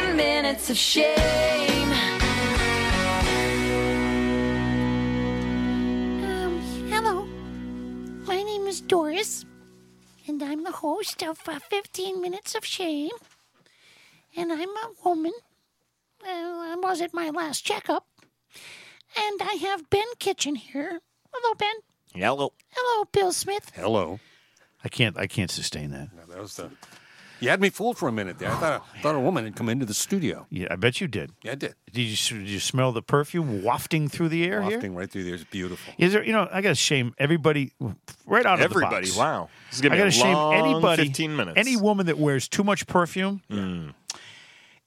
house of shame. Um, hello. My name is Doris, and I'm the host of uh, 15 Minutes of Shame. And I'm a woman. Uh, I was at my last checkup. And I have Ben Kitchen here. Hello, Ben. Hello. Hello, Bill Smith. Hello. I can't. I can't sustain that. No, that was the. You had me fooled for a minute there. I thought, I thought a woman had come into the studio. Yeah, I bet you did. Yeah, I did. Did you, s- did you smell the perfume wafting through the air here? Wafting right through there is beautiful. Is there? You know, I got to shame everybody right out Everybody. of the box. Wow. This is going I to got be to a shame long anybody. 15 minutes. Mm. Any woman that wears too much perfume.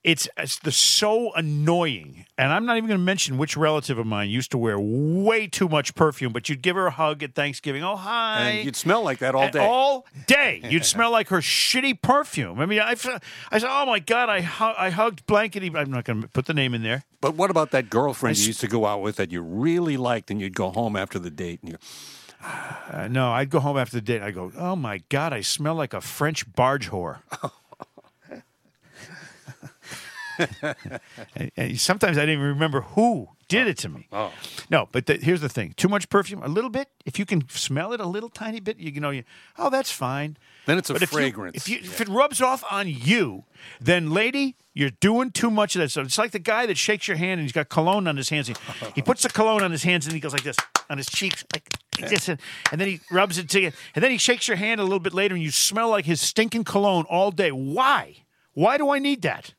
It's, it's the so annoying, and I'm not even going to mention which relative of mine used to wear way too much perfume. But you'd give her a hug at Thanksgiving. Oh hi, And you'd smell like that all And day. All day, you'd smell like her shitty perfume. I mean, I, fe- I said, "Oh my god, I hu- I hugged blankety." I'm not going to put the name in there. But what about that girlfriend I s- you used to go out with that you really liked and you'd go home after the date and you Uh, no, I'd go home after the date. I go, "Oh my god, I smell like a French barge whore." And- and sometimes I didn't even remember who did it to me. Oh. No, but the, here's the thing: too much perfume, a little bit. If you can smell it a little tiny bit, you, you know, you, oh, that's fine. Then it's a But if you- fragrance. If, you, if, it rubs off on you, then lady, you're doing too much of that stuff. It's like the guy that shakes your hand and he's got cologne on his hands. He, he puts the cologne on his hands and he goes like this on his cheeks, like this, and, and then he rubs it to you, and then he shakes your hand a little bit later, and you smell like his stinking cologne all day. Why? Why do I need that?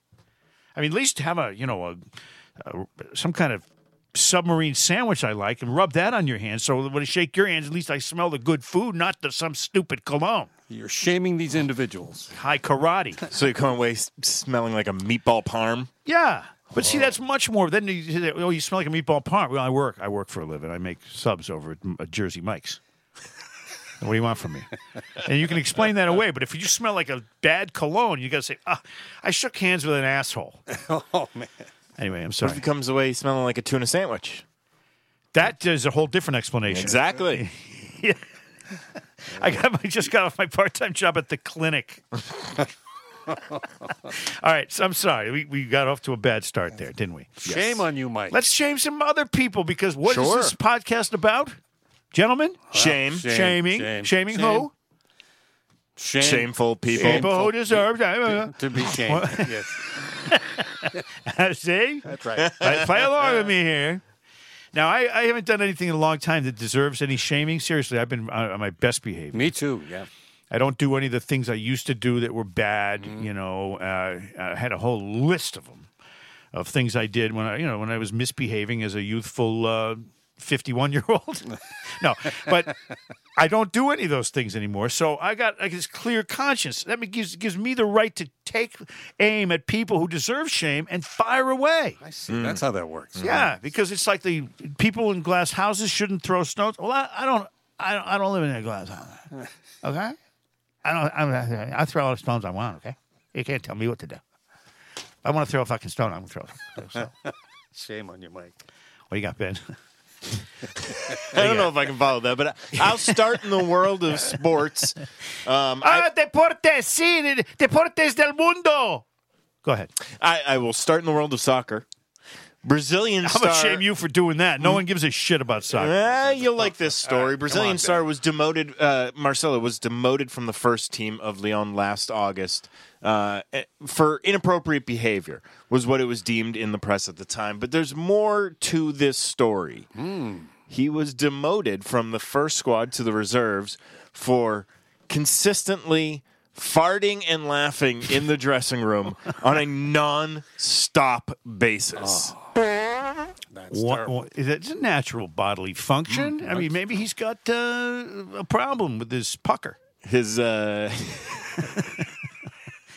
I mean, at least have a you know a, a some kind of submarine sandwich I like and rub that on your hands. So when I shake your hands, at least I smell the good food, not the, some stupid cologne. you're shaming these individuals. High karate. So you come away s- smelling like a meatball parm. Yeah. But Oh. see, that's much more. Then you say, oh, you smell like a meatball parm. Well, I work. I work for a living. I make subs over at uh, Jersey Mike's. what do you want from me? And you can explain that away. But if you smell like a bad cologne, you got to say, ah, I shook hands with an asshole. Oh man. Anyway, I'm What if sorry. he comes away smelling like a tuna sandwich? That is a whole different explanation. Exactly. I got my, just got off my part time job at the clinic. All right, so I'm sorry. We, we got off to a bad start there, didn't we? Shame on you, Mike. Let's shame some other people because what is Sure. this podcast about? Gentlemen, Shame. shame. shaming, shame, shaming shame. who? shame, Shameful people. People who deserve. uh, to be shamed. yes. uh, See? That's right. Play- play along with me here. Now, I, I haven't done anything in a long time that deserves any shaming. Seriously, I've been on on my best behavior. Me too, yeah. I don't do any of the things I used to do that were bad. You know, uh, I had a whole list of them of things I did when I, you know, when I was misbehaving as a youthful uh, fifty-one-year-old. no, but I don't do any of those things anymore. So I got like this clear conscience. That mean- gives gives me the right to take aim at people who deserve shame and fire away. I see. That's how that works. Yeah, because it's like the people in glass houses shouldn't throw stones. Well, I, I don't, I don't, I don't live in a glass house. Okay, I don't. I'm, I throw all the stones I want. Okay, you can't tell me what to do. If I want to throw a fucking stone. I'm gonna throw. a fucking stone. what Shame on you, Mike. do you got, Ben? I don't know if I can follow that, but I- I'll start in the world of sports. Um, I, Ah, deportes, sí, deportes del mundo. Go ahead. I, I will start in the world of soccer. Brazilian I'm gonna star- shame you for doing that. No one gives a shit about soccer. Eh, you'll like this story. Brazilian on, star was demoted. Uh, Marcelo was demoted from the first team of Leon last August uh, eh, for inappropriate behavior, was what it was deemed in the press at the time. But there's more to this story. He was demoted from the first squad to the reserves for consistently farting and laughing in the dressing room on a non-stop basis. That's What, terrible. what, is it- it's a natural bodily function. Mm-hmm. I mean, maybe he's got uh, a problem with his pucker. His uh,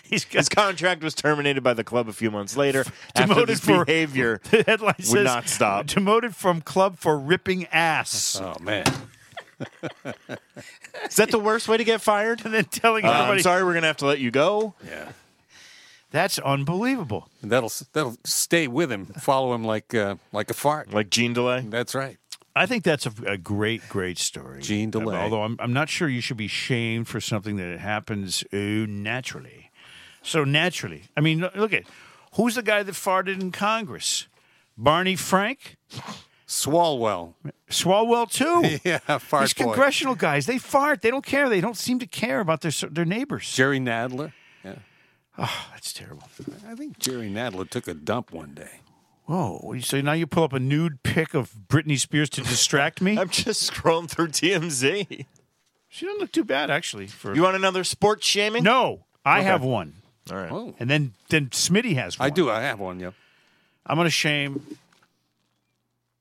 He's got His contract was terminated by the club a few months later after Demoted this for- behavior. The headline Would says not stop. Demoted from club for ripping ass, Oh man. Is that the worst way to get fired? and then telling Uh, I'm everybody sorry, we're gonna have to let you go. Yeah. that's unbelievable. That'll that'll stay with him, follow him like uh, like a fart. Like Gene Delay. That's right. I think that's a, a great, great story. Uh, Gene DeLay. Although I'm, I'm not sure you should be shamed for something that happens uh, naturally. So naturally, I mean, lo- look at Who's the guy that farted in Congress? Barney Frank? Swalwell. Swalwell, too. Yeah, fart These boy. congressional guys, they fart. They don't care. They don't seem to care about their their neighbors. Jerry Nadler. Yeah. That's terrible. I think Jerry Nadler took a dump one day. Whoa. So now you pull up a nude pic of Britney Spears to distract me? I'm just scrolling through TMZ. she doesn't look too bad, actually. For You want another sports shaming? No, I have one. All right. Oh, And then then Smitty has one. I do. I have one. Yeah. I'm going to shame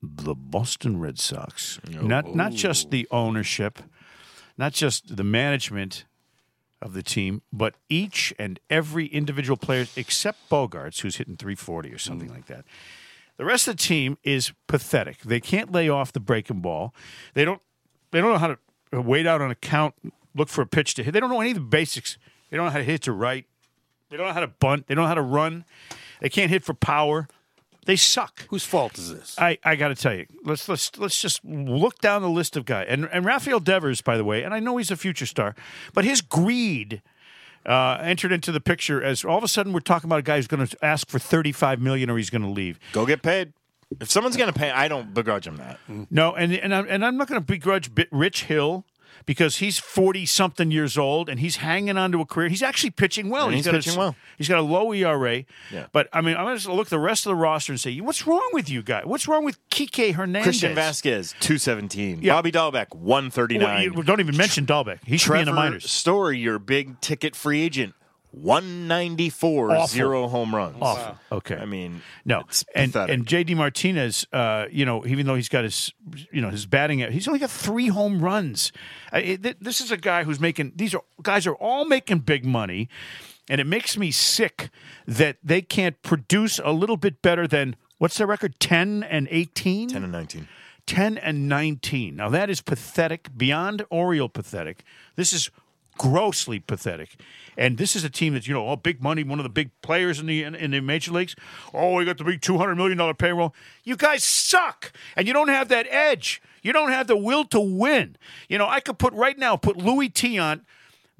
the Boston Red Sox. Not not just the ownership, not just the management of the team, but each and every individual player except Bogarts, who's hitting 340 or something like that. The rest of the team is pathetic. They can't lay off the breaking ball. They don't. They don't know how to wait out on a count, look for a pitch to hit. They don't know any of the basics. They don't know how to hit to right. They don't know how to bunt. They don't know how to run. They can't hit for power. They suck. Whose fault is this? I, I got to tell you, let's let's let's just look down the list of guys. And and Rafael Devers, by the way, and I know he's a future star, but his greed uh, entered into the picture as all of a sudden we're talking about a guy who's going to ask for thirty five million or he's going to leave. Go get paid. If someone's going to pay, I don't begrudge them that. No, and and I'm, and I'm not going to begrudge Bi- Rich Hill because he's forty something years old and he's hanging on to a career. He's actually pitching well. And he's got pitching a, well. He's got a low ERA. Yeah. But I mean, I'm going to look at the rest of the roster and say, what's wrong with you guys? What's wrong with Kike Hernandez? Christian Vasquez, 217. Bobby Dahlbeck, Well, you- 139. don't even mention Dahlbeck. He should be in the Trevor minors. Story, your big ticket free agent, 194, Awful. zero home runs. Awful. Okay. Oh. I mean, No, it's and pathetic. and JD Martinez, uh, you know, even though he's got his, you know, his batting, he's only got three home runs. I, it, th- this is a guy who's making these are guys are all making big money, and it makes me sick that they can't produce a little bit better than what's their record ten and eighteen. 10 and 19. 10 and 19. Now that is pathetic, beyond Oriole pathetic. This is grossly pathetic. And this is a team that's, you know, all big money, one of the big players in the in, in the major leagues. Oh, we got the big $200 million payroll. You guys suck. And you don't have that edge. You don't have the will to win. You know, I could put right now, put Louis Tion,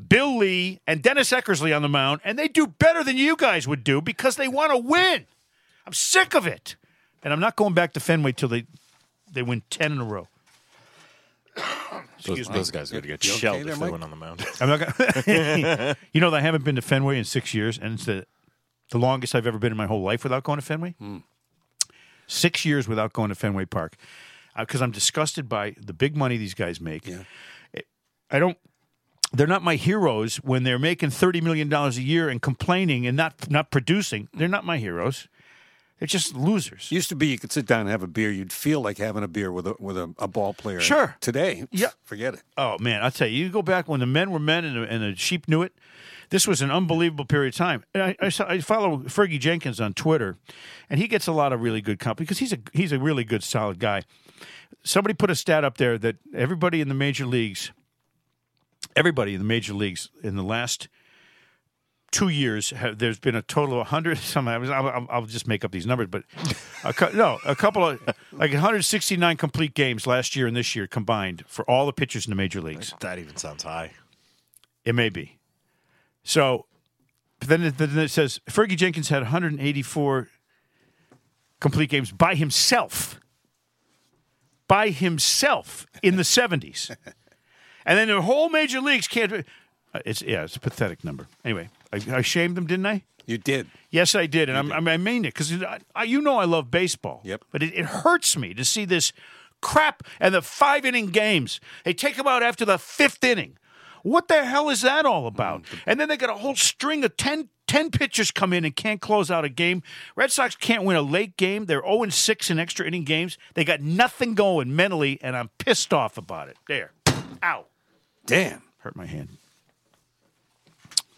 Bill Lee, and Dennis Eckersley on the mound, and they do better than you guys would do because they want to win. I'm sick of it. And I'm not going back to Fenway till they they win 10 in a row. Those, those guys are going to get You okay shelled there, if they Mike? went on the mound. I'm not gonna, you know, that I haven't been to Fenway in six years, and it's the, the longest I've ever been in my whole life without going to Fenway. Six years without going to Fenway Park because I'm disgusted by the big money these guys make. I don't. They're not my heroes when they're making thirty million dollars a year and complaining and not not producing. They're not my heroes. They're just losers. Used to be you could sit down and have a beer. You'd feel like having a beer with a with a, a ball player. Sure. Today, Yeah. forget it. Oh man, I tell you, you go back when the men were men and the, and the sheep knew it. This was an unbelievable period of time. And I, I, saw, I follow Fergie Jenkins on Twitter, and he gets a lot of really good company because he's a he's a really good solid guy. Somebody put a stat up there that everybody in the major leagues, everybody in the major leagues in the last two years, have, there's been a total of 100. Some, I was, I'll, I'll- I'll just make up these numbers, but a, cou- no, a couple of like 169 complete games last year and this year combined for all the pitchers in the major leagues. that even sounds high. It may be. So but then it, then it says Fergie Jenkins had 184 complete games by himself. By himself in the 70s. And then the whole major leagues can't. uh, It's yeah, it's a pathetic number. Anyway, I, I shamed them, didn't I? You did. Yes, I did, and I'm, I'm, I mean it because I, I, you know I love baseball. Yep. But it, it hurts me to see this crap and the five inning games. They take them out after the fifth inning. What the hell is that all about? And then they got a whole string of 10, 10 pitchers come in and can't close out a game. Red Sox can't win a late game. They're 0 6 in extra inning games. They got nothing going mentally, and I'm pissed off about it. There. Ow. Damn. Hurt my hand.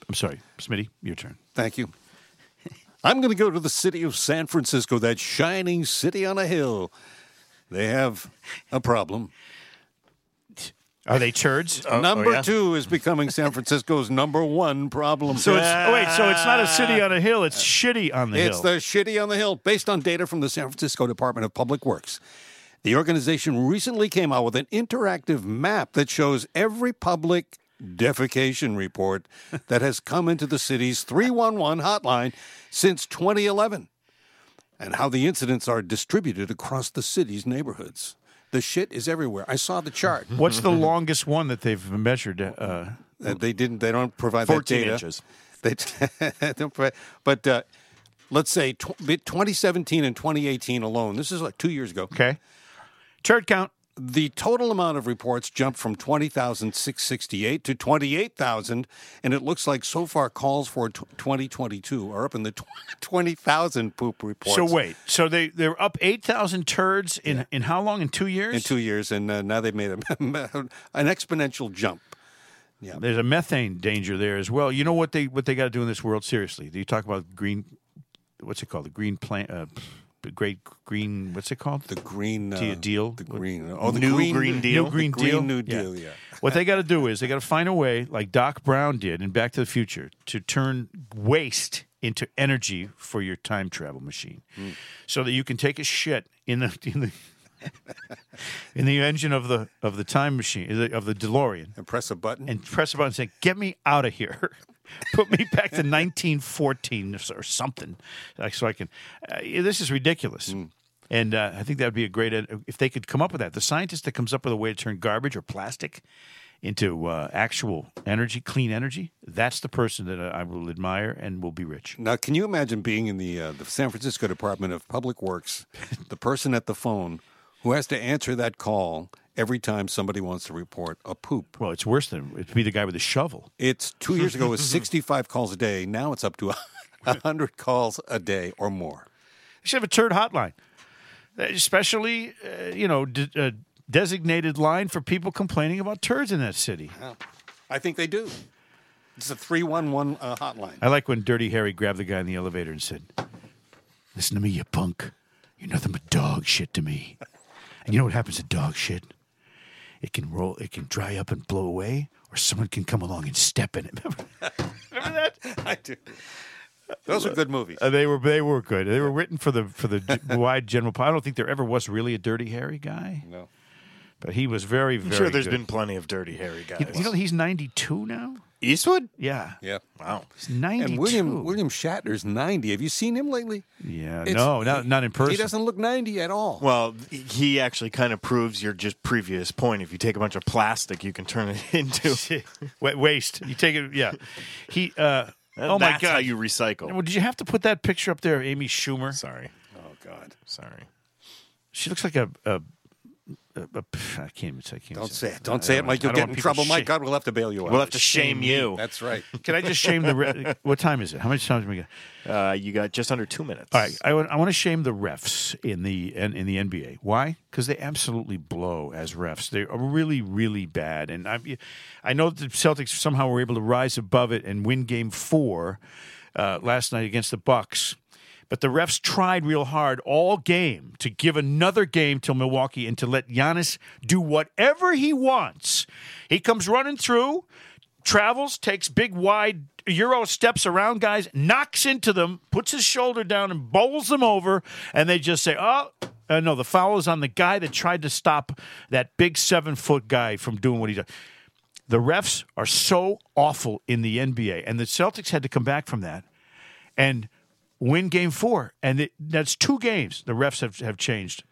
I'm sorry. Smitty, your turn. Thank you. I'm going to go to the city of San Francisco, that shining city on a hill. They have a problem. Are they turds? number two is becoming San Francisco's number one problem. So it's oh, wait, so it's not a city on a hill. It's shitty on the It's hill. the shitty on the hill, based on data from the San Francisco Department of Public Works. The organization recently came out with an interactive map that shows every public defecation report that has come into the city's 311 hotline since 2011 and how the incidents are distributed across the city's neighborhoods. The shit is everywhere. I saw the chart. What's the longest one that they've measured? Uh, Uh, they didn't. They don't provide 14 that data. inches. They don't provide. But uh, let's say tw- be- 2017 and 2018 alone. This is like two years ago. okay. Turd count. The total amount of reports jumped from 20,668 to 28,000, and it looks like so far calls for tw 2022 are up in the tw- 20,000 poop reports. So wait. So they they're up eight thousand turds in in how long? In two years. in two years, and uh, now they've made a, an exponential jump. There's a methane danger there as well. You know what they what they got to do in this world seriously? You talk about green, what's it called? The green plant, uh, the great green. What's it called? The green uh, Tea- deal? The green. Oh, the New green, Green Deal? New Green the green Deal. New Deal, yeah. What they got to do is they got to find a way, like Doc Brown did in Back to the Future, to turn waste into energy for your time travel machine, Hmm. so that you can take a shit in the. In the in the engine of the of the time machine of the DeLorean, And press a button. and press a button saying, "Get me out of here, put me back to 1914 or something," like so I can. Uh, yeah, this is ridiculous, and uh, I think that would be a great ed- if they could come up with that. The scientist that comes up with a way to turn garbage or plastic into uh, actual energy, clean energy. That's the person that I will admire and will be rich. Now, can you imagine being in the uh, the San Francisco Department of Public Works, the person at the phone who has to answer that call every time somebody wants to report a poop? Well, it's worse than it'd be the guy with a shovel. It's two years ago it was 65 calls a day. Now it's up to 100 calls a day or more. They should have a turd hotline, especially uh, you know. D- uh, Designated line for people complaining about turds in that city. I think they do. It's a 311 uh, hotline. I like when Dirty Harry grabbed the guy in the elevator and said, Listen to me, you punk. You're nothing but dog shit to me. And you know what happens to dog shit? It can roll, it can dry up and blow away, or someone can come along and step in it. Remember, remember that? I do. Those are good movies. Uh, they were they were good. They were written for the for the g- wide general. pub- I don't think there ever was really a Dirty Harry guy, No. but he was very very. I'm sure there's good. been plenty of Dirty Harry guys. You, you know he's 92 now. Eastwood? Yeah, Yeah. Wow. he's 92. And William William Shatner's 90. Have you seen him lately? Yeah, It's- no, not not in person. He doesn't look 90 at all. Well, he actually kind of proves your just previous point. If you take a bunch of plastic, you can turn it into. Wet waste. You take it. Yeah. He. uh Oh my That's God! how you recycle. Well, did you have to put that picture up there, of Amy Schumer? Sorry, oh God. sorry. She looks like a. a, a, a I can't even say. I can't Don't say say it. Don't say it, Mike. I You'll don't get want in people trouble. Mike, shame- God, we'll have to bail you out. We'll have to shame, you. That's right. Can I just shame the? Re- what time is it? How much time do we got? Uh, you got just under two minutes. All right, I, want- I want to shame the refs in the in, in the NBA. Why? Because they absolutely blow as refs. They are really, really bad. And I, I know that the Celtics somehow were able to rise above it and win Game Four uh, last night against the Bucks. But the refs tried real hard all game to give another game to Milwaukee and to let Giannis do whatever he wants. He comes running through travels, takes big wide euro steps around guys, knocks into them, puts his shoulder down and bowls them over, and they just say, "Oh, uh, no, the foul is on the guy that tried to stop that big seven foot guy from doing what he does." The refs are so awful in the NBA, and the Celtics had to come back from that and win Game Four, and it, that's two games the refs have have changed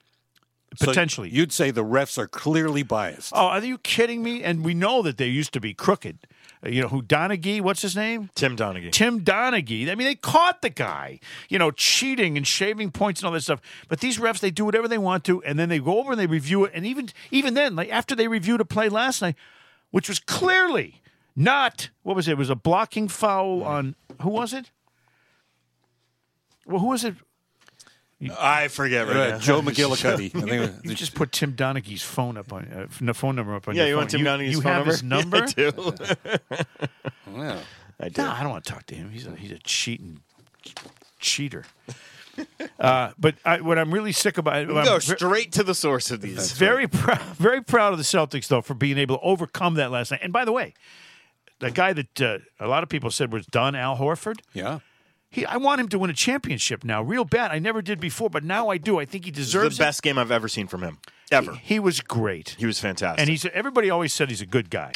potentially. So you'd say the refs are clearly biased. Oh, are you kidding me? And we know that they used to be crooked. Uh, You know who Donaghy? What's his name? Tim Donaghy. Tim Donaghy. I mean, they caught the guy, you know, cheating and shaving points and all that stuff. But these refs, they do whatever they want to, and then they go over and they review it. And even even then, like after they reviewed a play last night, which was clearly not what was it? It was a blocking foul on who was it? Well, who was it? I forget right, Uh, now. Joe McGillicuddy. I think You just put Tim Donaghy's phone up on uh, the phone number up on Yeah, your you want phone. Tim Donaghy's you phone have number? his number? I do. yeah. I do. No, I don't want to talk to him. He's a, he's a cheating cheater. uh, but I, what I'm really sick about, I'm Go ver- straight to the source of these. very proud, very proud of the Celtics though for being able to overcome that last night. And by the way, the guy that uh, a lot of people said was done, Al Horford. Yeah. He, I want him to win a championship now, real bad. I never did before, but now I do. I think he the deserves best game I've ever seen from him. Ever. it. He was great, He was fantastic. and he's everybody always said he's a good guy.